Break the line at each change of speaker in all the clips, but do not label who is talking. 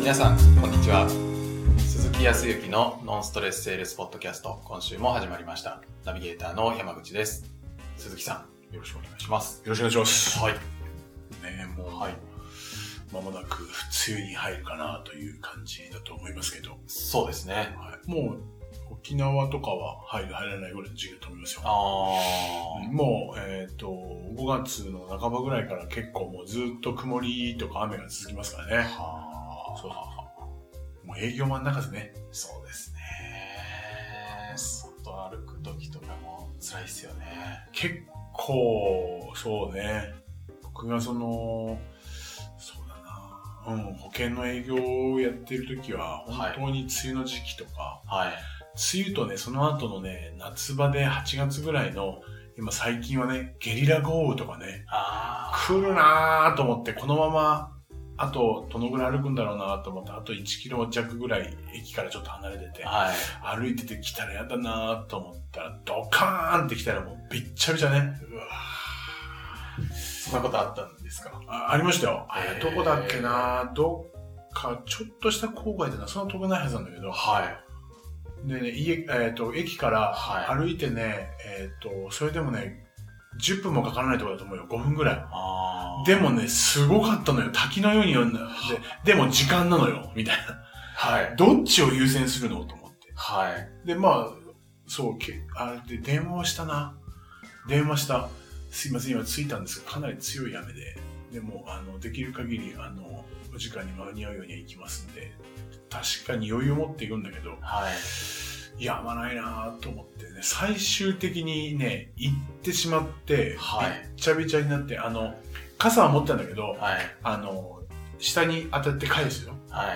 皆さん、こんにちは。鈴木康之のノンストレスセールスポッドキャスト、今週も始まりました。ナビゲーターの山口です。鈴木さん、よろしくお願いします。
ろしくお願いします。
はい。
ねえ、もう、
はい
まもなく梅雨に入るかなという感じだと思いますけど、
そうですね。
はい、もう沖縄とかは入る入らないぐらいの時期だと思いますよ。
あ
もう、えっ、と、5月の半ばぐらいから結構もうずっと曇りとか雨が続きますから
ー。
ね。
は
そうそうそう。もう営業真ん中ですね。
ーそうですね。外歩く時とかも辛いですよね。
結構、そうね。僕がその、そうだな。うん、保険の営業をやってる時は、
はい
本当に梅雨の時期とか、
はい。
梅雨とね、その後のね、夏場で8月ぐらいの、今最近はね、ゲリラ豪雨とかね、
あー。
来るなーと思って、このまま、あと、どのぐらい歩くんだろうなと思って、あと1キロ弱ぐらい、駅からちょっと離れてて、
はい。
歩いてて来たらやだなーと思ったら、ドカーンって来たらもうびっちゃびちゃね。
うわそんなことあったんですか
あありましたよ。あ
へー
どこだっけなーどっか、ちょっとした郊外でな、そんな遠くないはずなんだけど、
はい。
でね、家、えっ、と、駅から
は
歩いてね、えっ、と、それでもね、10分もかからないところだと思うよ、5分ぐら
あ
い。
で、
でもね、すごかったのよ、滝のように読んだ。で、でも時間なのよ、みたい
はい
な。。どっちを優先するのと思って。
はい。
で、まあ、そう、けあれで、電話をしたな。電話した。すいません、今着いたんですが、かなり強い雨で。でも、あの、できる限り、あの、お時間に間に合うようには行きますんで。確かに余裕を持っていくんだけど、
はい。
やまないなと思ってね最終的にね行ってしまって、
はい
びっちゃびちゃになってあの傘は持ってたんだけど
はい。
あの下に当たって返すよ
は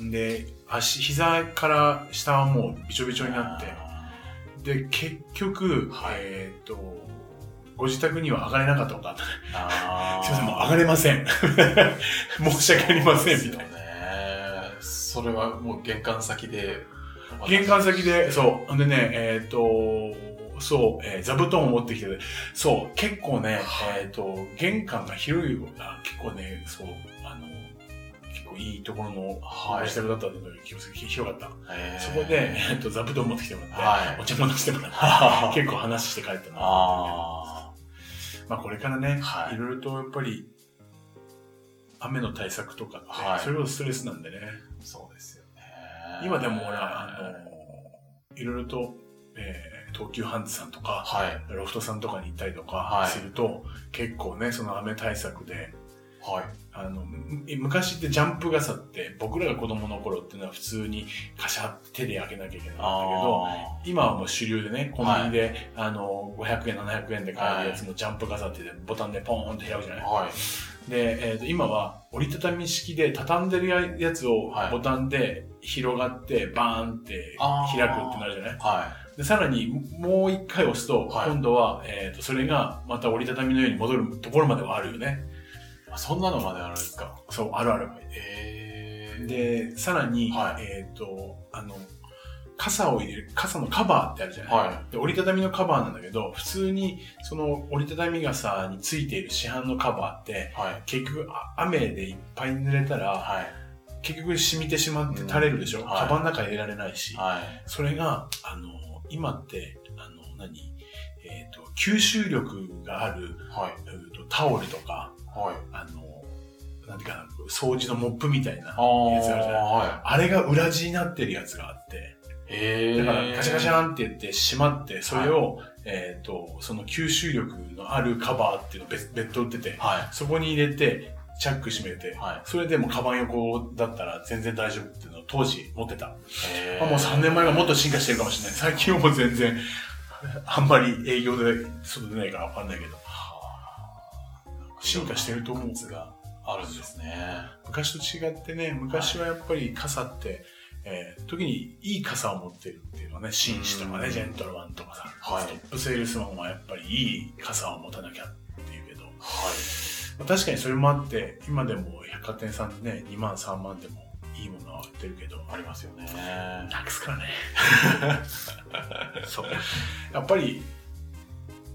い。
で足膝から下はもうびちょびちょになってで結局、
はい
えっ、とご自宅には上がれなかったことあったね
あー
すいませんもう上がれません 申し訳ありませんみたい
そうですよ
な
ね。それはもう玄関先で。
玄関先で、そう。んでね、えっ、と、そう、えー座布団を持ってきて、そう、結構ね、
はい
えっ、と、玄関が広いような、結構ね、そう、あの、結構いいところの、
はい
お支度だったんだけど、結構広かっ
へー
た。そこで、えっ、と、座布団持ってきてもらって、
はい
お茶も出してもらって、
あー
結構話して帰ったな。
あ
まあ、これからね、
はい
い、ろいろとやっぱり、雨の対策とかって、
はい
それこそストレスなんでね。
ー。そうですよね。
今でもほら、あの、いろいろと、えー東急ハンズさんとか、
はい。
ロフトさんとかに行ったりと
は
か
い
すると、結構ね、その雨対策で、
はい。
あの、む昔ってジャンプ傘って、僕らが子供の頃っていうのは普通にカシャって手で開けなきゃいけなかったけど、
あ
今はもう主流でね、コンビニで、あの、500円、700円で買えるやつのジャンプ傘ってボタンでポーンって開くじゃない
ーはい。
で、えー、と今は折りたたみ式で畳んでるややつを
はい
ボタンで広がってバーンって
あー
開くってなるじゃない
は
でさらにもう一回押すと、
はい
今度は、えー、とそれがまた折りたたみのように戻るところまではあるよね
いあ。そんなのまであるんですか
そうあるある
えー。
でさらに、
はい
えっ、とあの傘を入れる傘のカバーってあるじゃない、
は
で折りたたみのカバーなんだけど普通にその折りたたみ傘についている市販のカバーって
はい。
結局あ雨でいっぱい濡れたら、
はい。
結局染みてしまって垂れるでしょ、
うんはい
カバンの中に入れられないし、
はい。
それがあの今ってあの何、えー、と吸収力がある、
はい。
えーとタオルとか
はい。
あのなんていうかな掃除のモップみたいな
あ
やつあるじゃない
あ。はい。
あれが裏地になってるやつがあって
ええ
だからガシャガシャンって言ってしまってそれを、えー、とその吸収力のあるカバーっていうのを別別途売ってて
は
そこに入れてチャック閉め
い。
て、
はい。
それでもカバン横だったら全然大丈夫っていうのを当時持ってた
え
あもう3年前がもっと進化してるかもしれない。最近はもう全然、あんまり営業で外出ないからわかんないけど、進化してると思う
グッズがあるんですね。
昔と違ってね、昔はやっぱり傘って、えー時にいい傘を持ってるっていうのはね、紳士とか
う
ね、
ん
ジェントルマンとかさ、
はい
ストップセールスマンはやっぱりいい傘を持たなきゃっていうけど、
はい。
まあ確かにそれもあって、今でも百貨店さんでね、2万3万でもいいものは売ってるけど、
ありますよね。
なくすからね そうやっぱり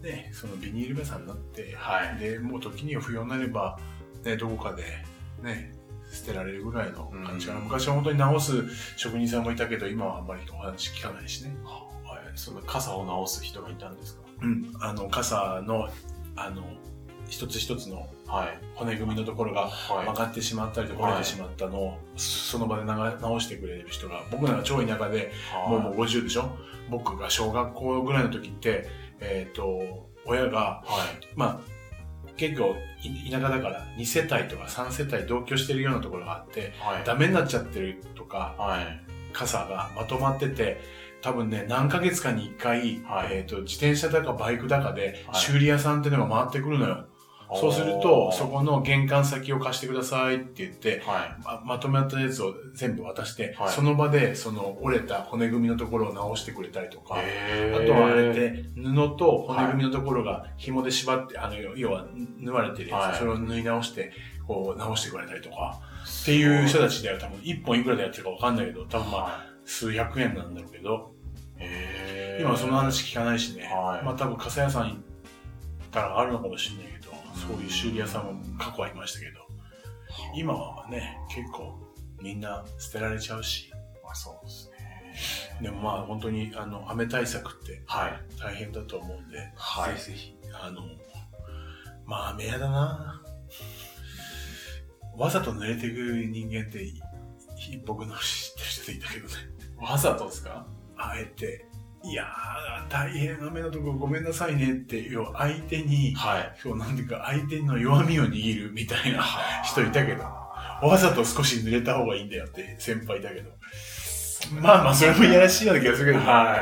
ねそのビニール傘になって、
はい
でもう時には不要になれば、ね、どこかでね捨てられるぐらいの感じかな、
うん
昔は本当に直す職人さんもいたけど今はあんまりお話聞かないしね、
はい、その傘を直す人がいたんですか
うん、あの傘のあの一つ一つの
はい。
骨組みのところが
はい。
曲がってしまったりとか
はい
折れてしまったのをその場で長直してくれる人が僕なんか超田舎でもうもう50でしょ僕が小学校ぐらいの時ってえっ、と親が
はい。
まあ結構い田舎だから2世帯とか3世帯同居してるようなところがあって
はい。
ダメになっちゃってるとか
はい。
傘がまとまってて多分ね何ヶ月かに1回、
はい
えー、と自転車だかバイクだかで
はい
修理屋さんっていうのが回ってくるのよ、そうするとそこの玄関先を貸してくださいって言って
は
ままとめたやつを全部渡して、
はい
その場でその折れた骨組みのところを直してくれたりとか、
い。へー
あとはあれで布と骨組みのところが紐で縛って、あの要は縫われてるやつ、
はい
それを縫い直してこう直してくれたりとかっていう人たちだよ多分1本いくらでやってるかわかんないけど多分まあ
は
数百円なんだろうけど、
いへー
今はその話聞かないしね、
はい
まあ多分傘屋さん行ったらあるのかもしれないけど、
ん
そういう修理屋さんも過去はいましたけど、今はね、結構みんな捨てられちゃうし、
まあそうですね。
でもまあ本当にあの雨対策って
はい。
大変だと思うんで、
はい
ぜひぜひ、あの、まあ雨屋だなわざと濡れていく人間って、い僕の知ってる人いたけどね。
わざとですか
あえて、いやー、大変な目のとこごめんなさいねって、要は相手に、
はい。
そうなんていうか相手の弱みを握るみたいな、人いたけど
は
わざと少し濡れた方がいいんだよって先輩だけど。まあまあ、それもいやらしいような気がする
い。
けど、
は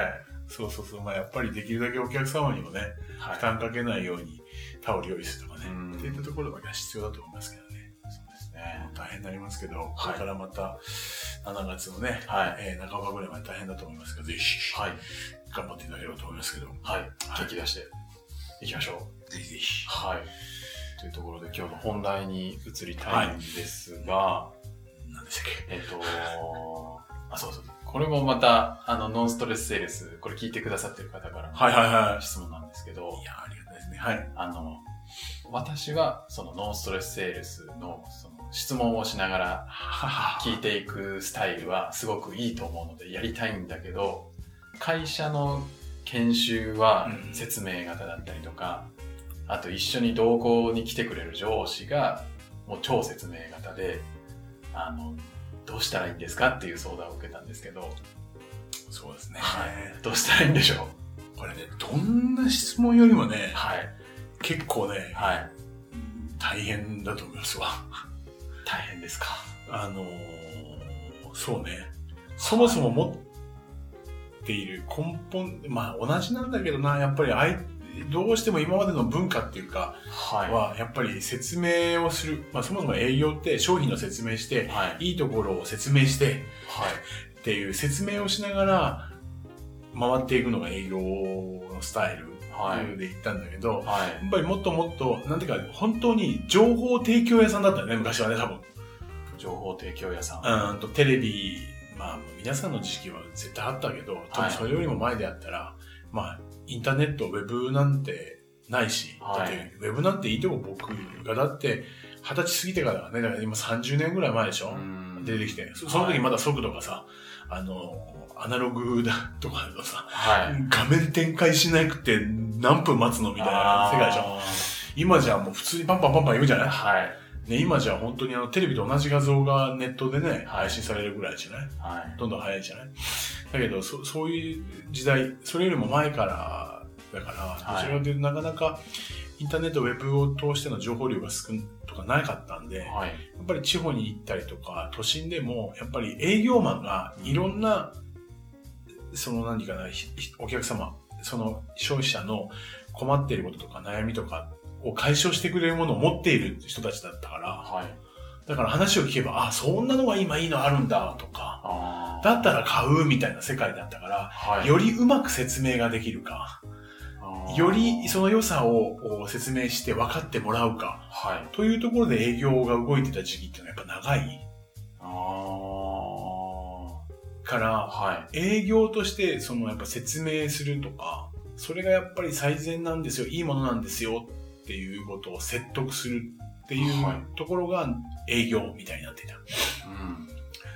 そうそうそう、まあやっぱりできるだけお客様にもね、
い。
負担かけないようにタオル用意するとかね、
うん
っていったところが必要だと思いますけどね。
そうですね。
大変になりますけど、
はい
これからまた7月のね、
はい。
えー半ばぐらいまで大変だと思いますけど、ぜひ、
はい。
頑張っていただければと思いますけど。
はい。
はい
激出していきましょう。
ぜひぜひ。
はい。というところで今日の本題に移りたいんですが、
何でしたっ
えっ、と あ、そうそう。これもまた、あの、ノンストレスセールス、これ聞いてくださってる方から
けはいはいは
の質問なんですけど
い。い、や、ありがたいですね。はい。
あの、私は、そのノンストレスセールスの、その、質問をしながら聞いていくスタイルはすごくいいと思うので、やりたいんだけど、会社の研修は
うん
説明型だったりとか、あと一緒に同行に来てくれる上司が、もう超説明型で、あの、どうしたらいいんですかっていう相談を受けたんですけど、
そうですね。
どうしたらいいんでしょ
これね、どんな質問よりも
う
ね、
はい。
結構ね、
はい。
大変だと思いますわ。
大変ですか。
あのーそうね。そもそも持っている根本、まあ同じなんだけどな、やっぱりあいどうしても今までの文化っていうか、
はい。は
は、やっぱり説明をする。まあそもそも営業って商品の説明し
い。
て、
はい。
いいところを説明して、っていう説明をしながら回っていくのが営業のスタイ
は
ル
い
で行ったんだけど、
はい。
やっぱりもっともっと、なんていうか、本当に情報提供屋さんだったよね、昔はね、多分。
情報提供屋さん。
うーんと、テレビ、まあ、皆さんの知識は絶対あったけど、多
は
分
い
それよりも前であったら、まあ、インターネット、ウェブなんてないし、
はい
だって、ウェブなんていいとこ僕が、だって、二十歳過ぎてからだね、だから今30年ぐらい前でしょ、
うん
出てきて、そその時まだ速度がさ、あの、アナログだとかだとさ、
はい。
画面展開しなくて何分待つのみたいな世界じゃん。今じゃもう普通にパンパンパンパン言うじゃ
あー
ない
はい。
ね、今じゃ本当にあのテレビと同じ画像がネットでね、
はい
配信されるぐらいじゃない
はい。
どんどん早いじゃないだけどそ、そういう時代、それよりも前からだから、
は
ど
い
ちらかというとなかなかインターネット、ウェブを通しての情報量が少んとかなかったんで、
はい。
やっぱり地方に行ったりとか、都心でも、やっぱり営業マンがいろんな、その何かな、ひひお客様、その消費者の困っていることとか悩みとかを解消してくれるものを持っている人たちだったから、
はい。
だから話を聞けば、あ、そんなのが今いいのあるんだとか、
あ
だったら買うみたいな世界だったから、
はい。
よりうまく説明ができるか、
あー
よりその良さをお説明して分かってもらうか、
はい。
というところで営業が動いてた時期っていうのはやっぱ長い
ああ。
から、
はい。
営業としてそのやっぱ説明するとかそれがやっぱり最善なんですよいいものなんですよっていうことを説得するっていう
は
ところが営業みたいになっていた。
うん。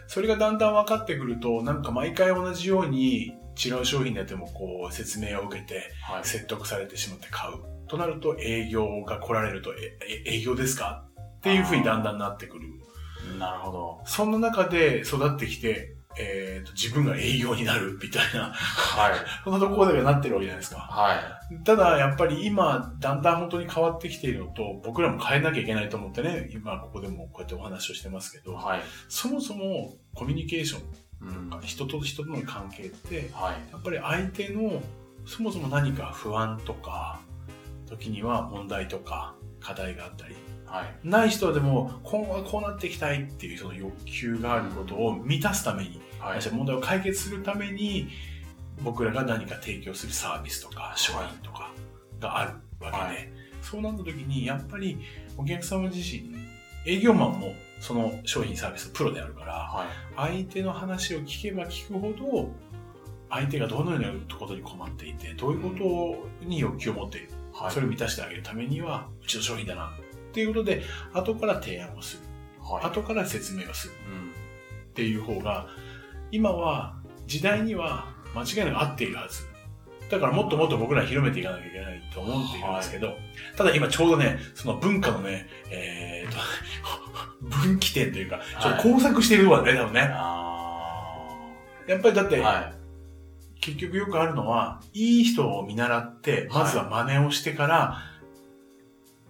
それがだんだん分かってくると、なんか毎回同じように違う商品であってもこう説明を受けて
はい。
説得されてしまって買う。となると営業が来られると、ええ営業ですかっていうふうにだんだんなってくる。
なるほど。
そんな中で育ってきて、えーと自分が営業になるみたいな、
はい。
そんなところでなってるわけじゃないですか。
は
ただやっぱり今、だんだん本当に変わってきているのと、僕らも変えなきゃいけないと思ってね、今ここでもこうやってお話をしてますけ
い。
ど、
はい。
そもそもコミュニケーション
うん。はい。
人と人との関係って
はい。
やっぱり相手のそもそも何か不安とか時には問題とか課題があったりない人はでも今後はこうなっていきたいっていうその欲求があることを満たすために
は
ないし。は問題を解決するために僕らが何か提供するサービスとか商品とかがあるわけで、
はい
そうなった時にやっぱりお客様自身営業マンもその商品サービスのプロであるから、
はい。
相手の話を聞けば聞くほど相手がどのようなことに困っていてどういうことに欲求を持っている、
はい。
それを満たしてあげるためにはうちの商品だなっていうことで後から提案をする
はい。
後から説明をする
うん。
っていう方が今は時代には間違いなく合っているはずだからもっともっと僕らは広めていかなきゃいけないと思っているんですけど、ただ今ちょうどねその文化のねえー、と分岐点と いうかちょっと交錯しているわね、多分ね
あ
やっぱりだっ
ー
て、
はい。
結局よくあるのは、いい人を見習って、
はい
まずは真似をしてから、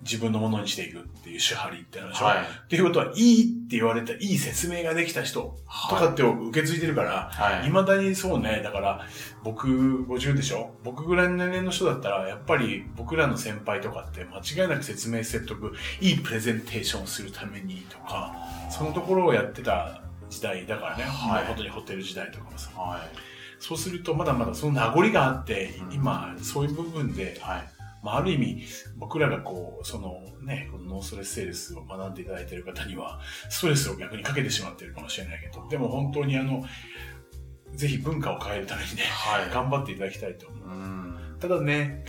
自分のものにしていくっていう手張りってのでしょ、
はい。
っていうことは、いいって言われた、いい説明ができた人とか
は
って受け継いでるから、
い。はい。
未だにそうね、だから、僕50でしょ僕ぐらいの年齢の人だったら、やっぱり僕らの先輩とかって間違いなく説明説得、いいプレゼンテーションをするためにとか、そのところをやってた時代だからね、
はい
本当にホテル時代とかもさ。
は
そうするとまだまだその名残があって、
うん
今そういう部分で
い。、はい。
まあ、ある意味僕らがこうそのねこのノーストレスセールスを学んでいただいている方にはストレスを逆にかけてしまっているかもしれないけどでも本当にあのぜひ文化を変えるためにね
はい。
頑張っていただきたいと思う
うん。
ただね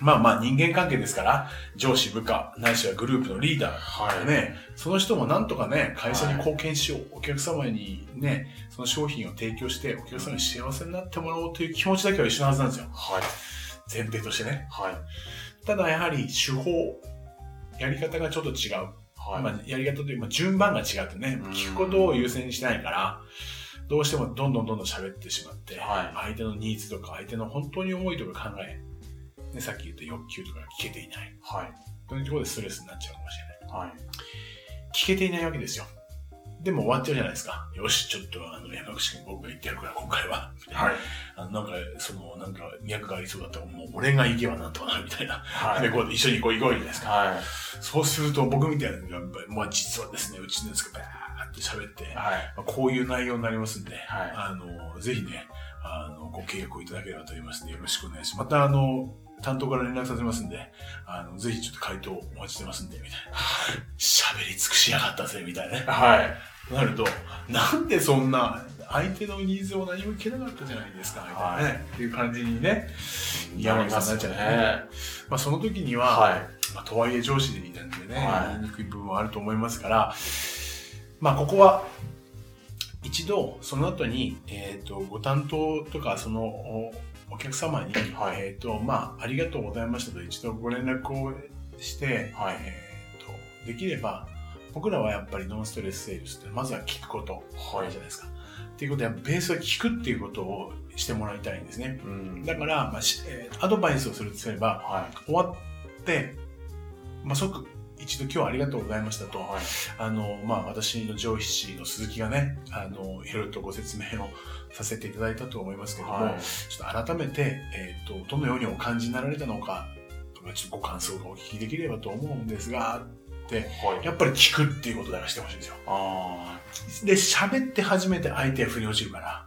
まあまあ人間関係ですから上司部下ないしはグループのリーダー
はい。。
ね、その人もなんとかね、会社に貢献しよう、お客様にね、その商品を提供して、お客様に幸せになってもらおうという気持ちだけは一緒のはずなんですよ。
はい。
前提としてね。
はい。
ただやはり手法、やり方がちょっと違う。
はい。
まあ、やり方というか、順番が違ってね
うん、
聞くことを優先にしてないから、どうしてもどんどんどんどん喋ってしまって、
はい
相手のニーズとか、相手の本当に思いとか考え、ね、さっき言った欲求とかが聞けていない。
はい。
というところでストレスになっちゃうかもしれない。
はい。
聞けていないわけですよ。でも終わっちゃうじゃないですか。よし、ちょっとあの山口君僕が言ってやるから今回は。
はい。
あのなんか、その、なんか、脈がありそうだったら、もう俺が行けばなんとかなるみたいな。
は
で、
い。
こう、一緒にこう行こうじゃないですか。
は
そうすると、僕みたいなのが、まあ実はですね、うちのやつがバーって喋って
い。、はい。
まあこういう内容になりますん
は
で、
い
あの、ぜひね、あの、ご契約をいただければと思いますんで、よろしくお願いします。また、あの、担当から連絡させますんで、あの、ぜひちょっと回答お待ちしてますんで、みたいな。 喋り尽くしやがったぜ、みたいなね。
はい。
なると、なんでそんな、相手のニーズを何も聞けなかったじゃないですか、みたいなね。っていう感じにね。山口さんになっちゃうねまあ、その時には、
は
まあ、とはいえ上司でいたんでね、
はい
言いにくい部分はあると思いますから、まあ、ここは一度その後に、えー、とご担当とかそのおお客様に、
はい
えーとまあ、ありがとうございましたと一度ご連絡をして
い。、はい。
えー、とできれば僕らはやっぱりノンストレスセールスってまずは聞くことあ
は
る
い
じゃ。ないですか。っていうことはベースは聞くっていうことをしてもらいたいんですね。
うん。
だから、まあしえーアドバイスをするとすれば、
は
終わって、まあ、即一度今日はありがとうございました
い。
と、
はい。
あの、まあ、私の上司の鈴木がね、あの、いろいろとご説明をさせていただいたと思いますけども、
はい。
ちょっと改めて、えっ、と、どのようにお感じになられたのか、とか、ちょっとご感想がお聞きできればと思うんですが、
はい。
やっぱり聞くっていうことだからしてほしいんですよ。
あ
で、喋って初めて相手が腑に落ちるから。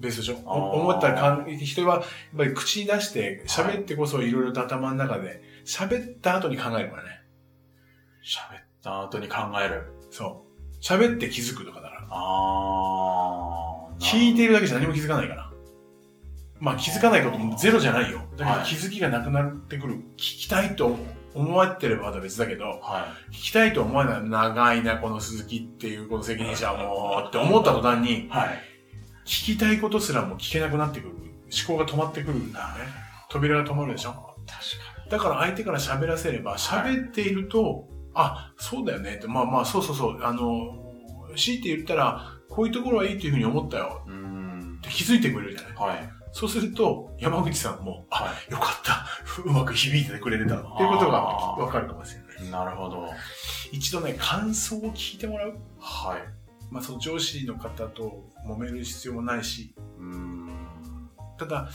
ですでしょ
あー
お思ったらかん人は、やっぱり口に出して、喋ってこそいろいろと頭の中で、喋った後に考えるからね。
ー喋った後に考える。
そう。喋って気づくとかだから。
あー。
聞いて
る。
いるだけじゃ何も気づかないから。まあ気づかないこともゼロじゃないよ。だけど
はい
気づきがなくなってくる。聞きたいと思ってればまた別だけど、
は
聞きたいと思わない長いな、この鈴木っていうこの責任者はもう、って思った途端
い。
に、
はい。
聞きたいことすらも聞けなくなってくる。思考が止まってくるんだよね。扉が止まるでしょ
確
だから相手から喋らせれば、喋っていると、あ、そうだよねって、まあまあ、そうそうそう、あの、強いて言ったら、こういうところはいいというふうに思ったよ
かに。うーん
っ。て気づいてくれるじゃない。
はい。
そうすると、山口さんも、あ、
は
よかった、うまく響いててくれてたっていうことがわかるかもしれない。
い。なるほど。
一度ね、感想を聞いてもらう。
はい。
まあ、その上司の方と揉める必要もないし、
うーん。
ただ、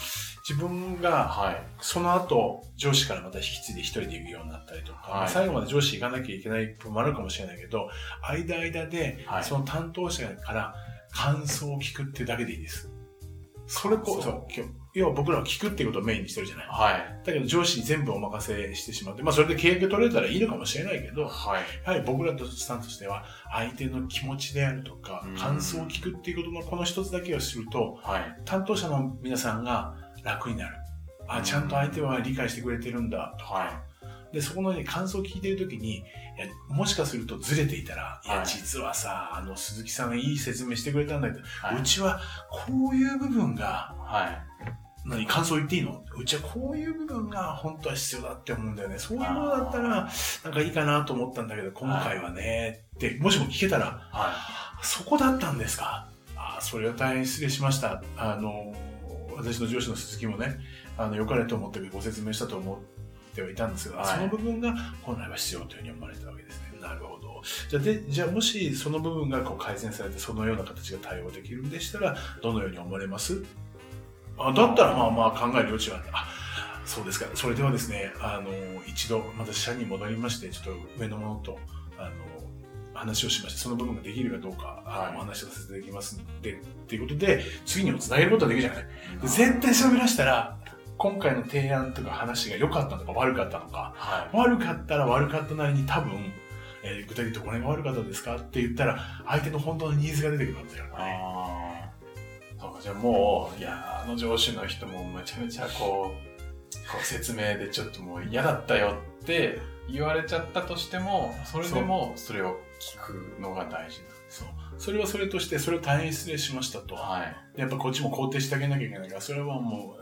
自分が
はい。
その後、上司からまた引き継いで一人で行くようになったりとか、
はい
最後まで上司行かなきゃいけない部分もあるかもしれないけど、間間で、
はい。
その担当者から感想を聞くってだけでいいです。それこ
そ
そ、今日要は僕らは聞くっていうことをメインにしてるじゃない。
はい。
だけど上司に全部お任せしてしまって、まあそれで契約取れたらいいのかもしれないけど、
はい。
やはり僕らとスタンスとしては、相手の気持ちであるとか
うん、
感想を聞くっていうことのこの一つだけをすると、
はい。
担当者の皆さんが楽になる。
う
あ、
ん
ちゃんと相手は理解してくれてるんだ。
は
で、そこのね、感想を聞いてるときに、いや、もしかするとずれていたら、い
は
や、
い
実はさ、あの、鈴木さんがいい説明してくれたんだけど、
い。
うちはこういう部分が、
はい。
何感想言っていいのうちはこういう部分が本当は必要だって思うんだよね。そういうものだったら、なんかいいかなと思ったんだけど、今回はね、って、もしも聞けたら、
は
そこだったんですかああ、それは大変失礼しました。あの、私の上司の鈴木もね、あの、良かれと思ってご説明したと思ってはいたんですが、
はい
その部分が本来は必要というふうに思われたわけですね。なるほど。じゃあ、で、じゃあもしその部分がこう改善されて、そのような形が対応できるんでしたら、どのように思われますあだったら、まあまあ考える余地はあるあそうですか。それではですね、あの、一度、また社に戻りまして、ちょっと上の者と、あの、話をしまして、その部分ができるかどうか、あ
はい
のお話をさせていただきますので、っていうことで、次にもつなげることができるじゃない。
い。
で絶対喋らしたら、今回の提案とか話が良かったのか悪かったのか、
は
悪かったら悪かったなりに多分、えー具体的にこれが悪かったですかって言ったら、相手の本当のニーズが出てくるわけだ
い。
からね。
ああ。そうか、じゃあもう、いや、あの上司の人もめちゃめちゃこう、こう説明でちょっともう嫌だったよって言われちゃったとしても、それでもそれを聞くのが大事
そう。それはそれとして、それを大変失礼しましたと。
だ。はい。
やっぱこっちも肯定してあげなきゃいけないから、それはも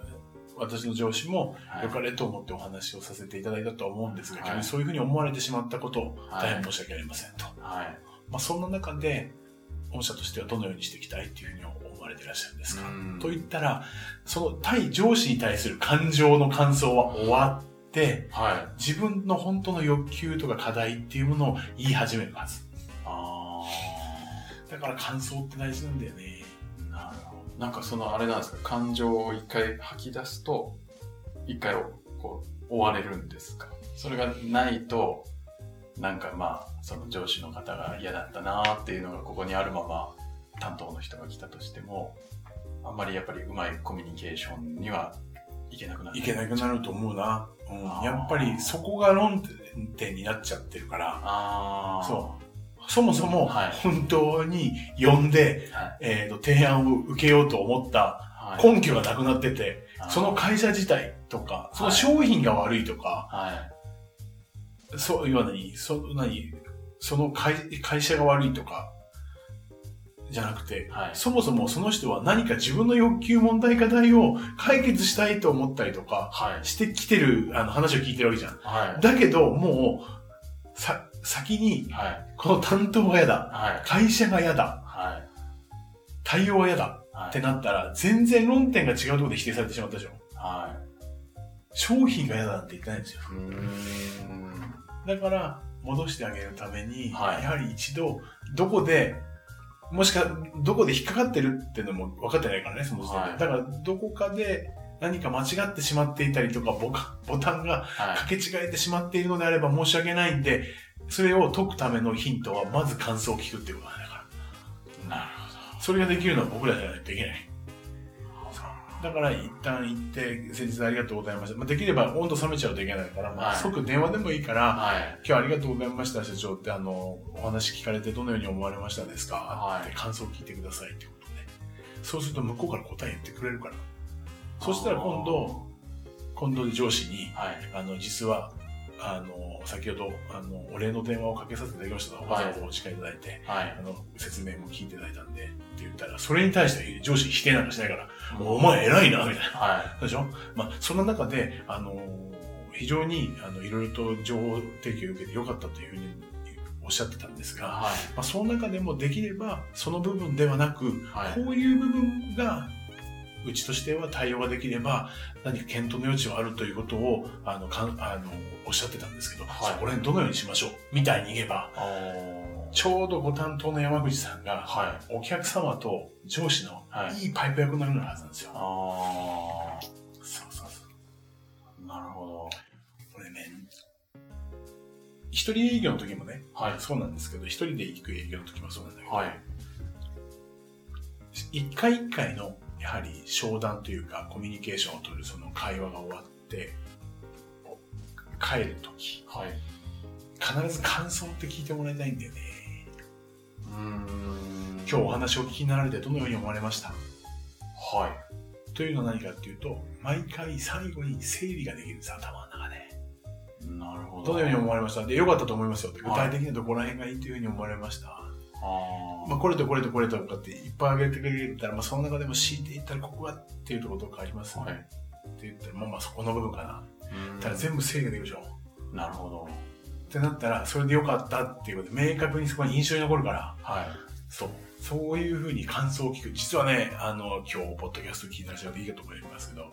う、私の上司も
はい
良かれと思ってお話をさせていただいたとは思うんですが、
はい
逆にそういうふうに思われてしまったことを
はい
大変申し訳ありませんと。
はい。
まあ、そんな中で、御社としてはどのようにしていきたいっていうふうに思われていらっしゃるんですか、
うん
と言ったら、その対上司に対する感情の感想は終わって、
はい。
自分の本当の欲求とか課題っていうものを言い始めるはず。
あ
だから感想って大事なんだよね。
あ。なるほど。なんかそのあれなんですか、感情を一回吐き出すと、一回こう、追われるんですかそれがないと、なんかまあ、その上司の方が嫌だったなーっていうのがここにあるまま、担当の人が来たとしても、あんまりやっぱりうまいコミュニケーションにはいけなくなって
いけなくなると思うな。うん
あー
やっぱりそこが論点になっちゃってるから、
ああ。
そう。そもそも
はい
本当に呼んで、
う。はい。
えーと提案を受けようと思った
はい。
根拠がなくなってて、その、会社自体とか、その商品が悪いとか、
はい。
そう、要は何そ何その会会社が悪いとか、じゃなくて、
はい。
そもそもその人は何か自分の欲求問題課題を解決したいと思ったりとか、
はい。
してきてるあの話を聞いてるわけじゃん。
はい。
だけど、もう、さ、先に、
はい。
この担当が嫌だ、
はい。
会社が嫌だ、
はい。
対応が嫌だ
はい
ってなったら、全然論点が違うところで否定されてしまったでしょ。
はい。
商品が嫌だなんて言ってないんですよ。
うーん
だから、戻してあげるために、
はい
やはり一度、どこで、もしか、どこで引っかかってるっていうのも分かってないからね、その時点で。
はい
だから、どこかで何か間違ってしまっていたりとか、ボカボタンが
はい
掛け違えてしまっているのであれば申し訳ないんで、それを解くためのヒントは、まず感想を聞くっていうことなんだか
なる
ら。それができるのは僕らじゃないといけない。だから、一旦行って、先日ありがとうございました。まあ、できれば温度冷めちゃうといけないから、ま
は
あ、
い
即電話でもいいか
ほど。
ら、
はい。
今日ありがとうございました、社長って、あの、お話聞かれてどのように思われましたですか、
はい
って感想を聞いてくださいってことね。そうすると向こうから答え言ってくれるから。そしたら今度、今度上司に、
はい。
あの、実は、あの、先ほど、あの、お礼の電話をかけさせていただきましたと、
は
わ
い
ざわざお時間いただいて、
はい
あ。の、説明も聞いていただいたんで、って言ったら、それに対して上司否定なんかしないから、お前偉いな、みたいな。
は
でしょまあ、その中で、あのー非常に、あの、いろいろと情報提供を受けてよかったというふうにおっしゃってたんです
い。
が、
は
まあ、その中でもできれば、その部分ではなく、
い。はい。
こういう部分が、うちとしては対応ができれば、何か検討の余地はあるということを、あの、かんあのおっしゃってたんですけど、
はい
これどのようにしましょうみたいに言えば、
おー
ちょうどご担当の山口さんが、
は
お客様と上司の
はい
いいパイプ役になるはずなんですよ。
あ
そうそうそう。
ーなるほ
これね、一人営業の時もね、
ど。はい。
そうなんですけど、一人で行く営業の時もそうなんだけど、
はい。
一回一回の、やはり商談というか、コミュニケーションを取るその会話が終わって、帰る時、
はい。
必ず感想って聞いてもらいたいんだよね。
うーん。
今日お話をお聞きになられてどのように思われました
はい。
というのは何かっていうと、毎回最後に整理ができるんです、頭の中で。
なるほど。
どのように思われましたで、良かったと思いますよって。具
はい
体的にはどこら辺がいいというふうに思われました、
あー
まあ、これとこれとこれとかっていっぱい挙げてくれたら、まあ、その中でも強いていったらここはっていうところとかありますね、
はい
って言ったらまあまあそこの部分かな、
うーん
ただ全部制御できるでしょ
なるほど。
ってなったらそれでよかったっていうことで明確にそこに印象に残るから
はい。
そうそういうふうに感想を聞く実はねあの今日ポッドキャスト聞いたらしいいいかと思いますけど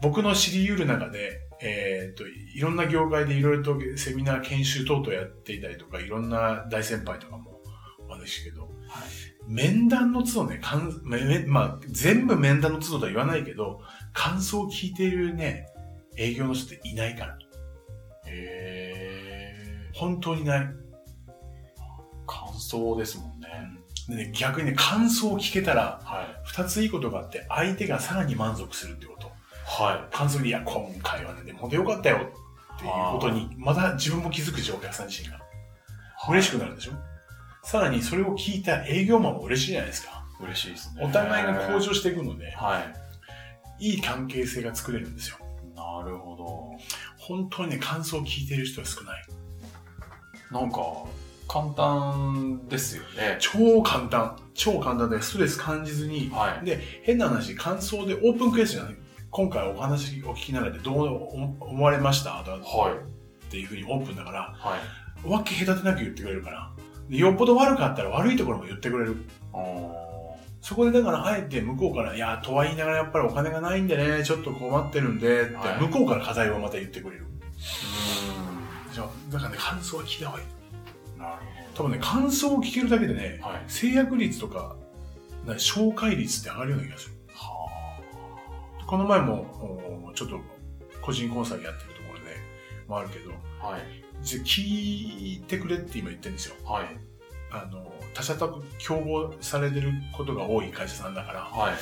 僕の知り得る中で、えー、といろんな業界でいろいろとセミナー研修等々やっていたりとかいろんな大先輩とかも私けど
はい。
面談の都度ね、かんめめまあ、全部面談の都度とは言わないけど、感想を聞いているね、営業の人っていないから。
へえ。
本当にない。
感想ですもんね。
でね、逆にね、感想を聞けたら、
はい。
二ついいことがあって、相手がさらに満足するってこと。
は
感想に、いや、今回はね、でも本当よかったよっていうことに、また自分も気づくし、お客さん自身が。
い。
嬉しくなるでしょさらにそれを聞いた営業マンも嬉しいじゃないですか。
嬉しいですね。
お互いが向上していくので、
はい。
いい関係性が作れるんですよ。
なるほ
本当にね、感想を聞いている人は少ない。
ど。なんか、簡単ですよね。
超簡単。超簡単で、ストレス感じずに。
はい。
で、変な話、感想でオープンクエスチョンじゃない今回お話お聞きになられてどう思思われましたとか
はい。
っていうふうにオープンだから、
はい。
わけ隔てなく言ってくれるから。でよっぽど悪かったら悪いところも言ってくれる。
あー
そこでだからあえて向こうから、いや、とは言いながらやっぱりお金がないんでね、ちょっと困ってるんで、って
はい
向こうから課題をまた言ってくれる。
う
じゃあだからね、感想は聞いた方がいい。
ーん。なる
多分ね、感想を聞けるだけでね、
ほど。はい。
制約率とか、な紹介率って上がるような気がする。
は
この前も、おちょっと個人コンサルやってるところで、もあるけど、
あ。はい。
じゃあ聞いてくれって今言ってるんですよ。
はい。
あの、他社と競合されてることが多い会社さんだから。
はい。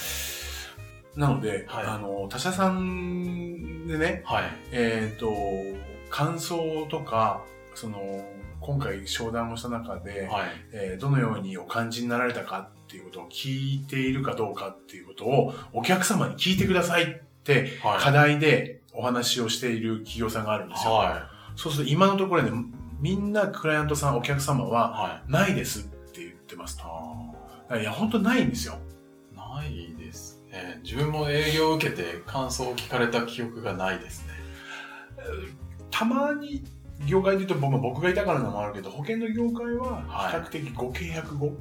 なので、
はい
あの、他社さんでね、
はい。
えっ、と、感想とか、その、今回商談をした中で、
はい。
えーどのようにお感じになられたかっていうことを聞いているかどうかっていうことをお客様に聞いてくださいって
はい。
課題でお話をしている企業さんがあるんですよ。
は
そうすると今のところね、みんなクライアントさん、お客様
い。
は
はい。
ないですって言ってますと。
あ
だからいや、本当ないんですよ。
ーないですね。自分も営業を受けて感想を聞かれた記憶がないですね。
たまに業界で言うと僕も僕がいたからのもあるけど、保険の業界は比較的ご契約後、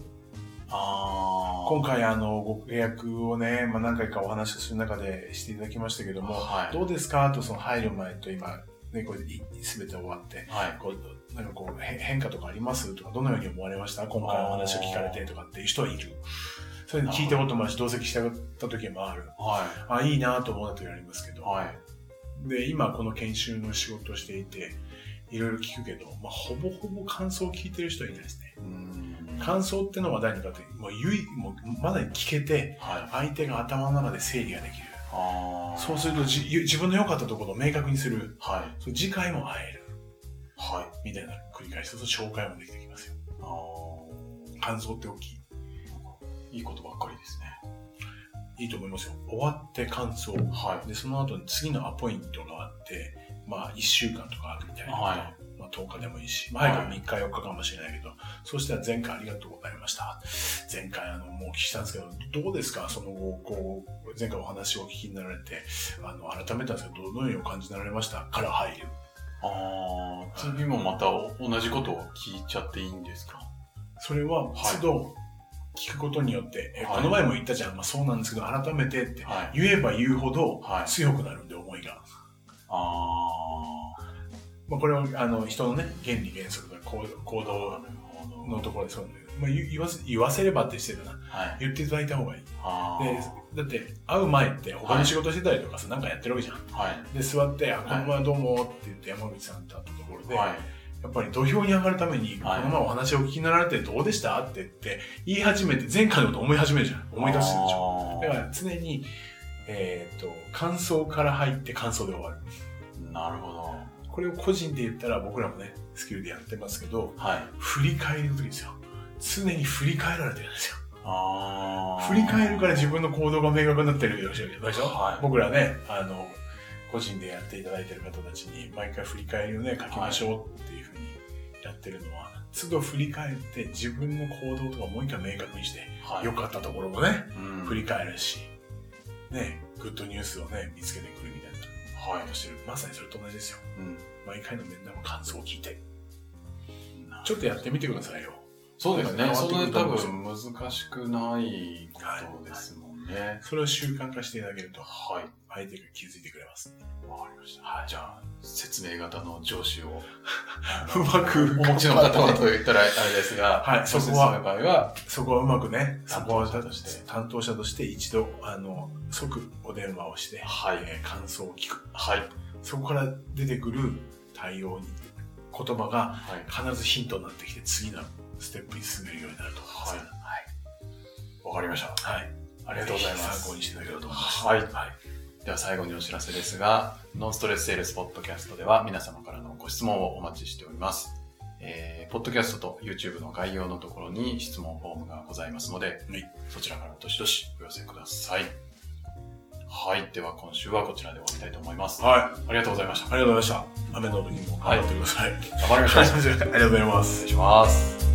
あ
今回あの、ご契約をね、まあ、何回かお話しする中でしていただきましたけど
回
も、
はい。
どうですかとその入る前と今、ね、これい全て終わって、
はい。
こうなんかこうへ変化とかありますとか、どのように思われました今回お話を聞かれてとかっていう人はいる。それに聞いたこともあるし、同席した時もある。
は
あ、いいなと思うなとありますけ
い。
ど、
はい。
で、今この研修の仕事をしていて、いろいろ聞くけど、まあ、ほぼほぼ感想を聞いてる人はいないですね。
うーん
感想ってのは何かって、もう唯もうまだ聞けて、
はい。
相手が頭の中で整理ができる。
ああ。
そうするとじ自分の良かったところを明確にする。
はい。
そう次回も会える
はい。
みたいな繰り返しすると紹介もできてきますよ
ああ。
感想って大き
いいことばっかりですね。
いいいと思いますよ終わって感想
は
でその後に次のアポイントがあってまあ、1週間とかあるみたいな。
は
まあ、10日でもいいし、前が
は
3日4日かもしれないけど、そうしたら前回ありがとうございました。前回、あの、もうお聞きしたんですけど、どうですかその後、こう、前回お話をお聞きになられて、あの、改めたんですけど、どのようにお感じになられましたから入る。
ああ、次もまた同じことを聞いちゃっていいんですか
それは、
はい
都度、聞くことによって、え
はい
この前も言ったじゃん、まあそうなんですけど、改めてって、
はい。
言えば言うほど、
はい。
強くなるんで、思いが。
ああ、
まあ、これは、あの、人のね、原理原則とか行行動
なるほど。
のところでそうなんだけど、まあ、言言わせ言わせればってしてたな。
はい。
言っていただいた方がいい。
あ
でだって会う前って他の仕事してたりとかさ、なんかやってるわけじゃん
あ、はい。
で座って「あ
い
この前どうも」って言って山口さんと会ったところで、
はい。
やっぱり土俵に上がるために「
はい
この前お話を聞きになられてどうでした?」って言って言い始めて前回のこと思い始めるじゃん思い出すでしょ
ょ
だから常にえっ、と感想から入って感想で終わる
なるほど。
これを個人で言ったら僕らもねスキルでやってますけど
はい。
振り返りの時ですよ常に振り返られてるんですよ
ああ。
振り返るから自分の行動が明確になってるでしょでしょ、
はい
僕らねあの個人でやっていただいてる方たちに毎回振り返りをね書きましょうっていうふうにやってるのは、都度振り返って自分の行動とかもう一回明確にして
はい。
良かったところもね
うん
振り返るしねグッドニュースをね見つけてくるみたいな
は
ことしてるまさにそれと同じですよ
い。うん。
毎回の面談の感想を聞いてちょっとやってみてくださいよ
そうですね。
変わ
そ
ってく
れ
ると
多
思うんですよ
分難しくないことですもんね。
それを習慣化していただけると
はい。
相手が気づいてくれます
わかりました。じゃあ、説明型の上司 を
うまく
お持ちの方はと言ったらあれですが、
はい
そうです
そ
ね。
こは
そういう場合は、
そこはうまくね、そ
担
こ
当
は
者として
担当者として一度、あの、即お電話をして、
はい。
えー感想を聞く。
はい。
そこから出てくる対応に、言葉が
はい。
必ずヒントになってきて、次のステップに進めるようになると思います。
はい。わかりました。
はい。
ありがとうございます
ぜひ参考にしていただければと思います。
はい
はい。
では最後にお知らせですが、ノンストレスセールスポッドキャストでは皆様からのご質問をお待ちしております。えー、ポッドキャストと YouTube の概要のところに質問フォームがございますので、
はい
そちらからどしどしお寄せください。はい。では今週はこちらで終わりたいと思います。あ
はい。
りがとうございました。
ありがとうございました。雨の時にも頑張ってください。
頑張りましょう。
ありがとうございます
失。礼します。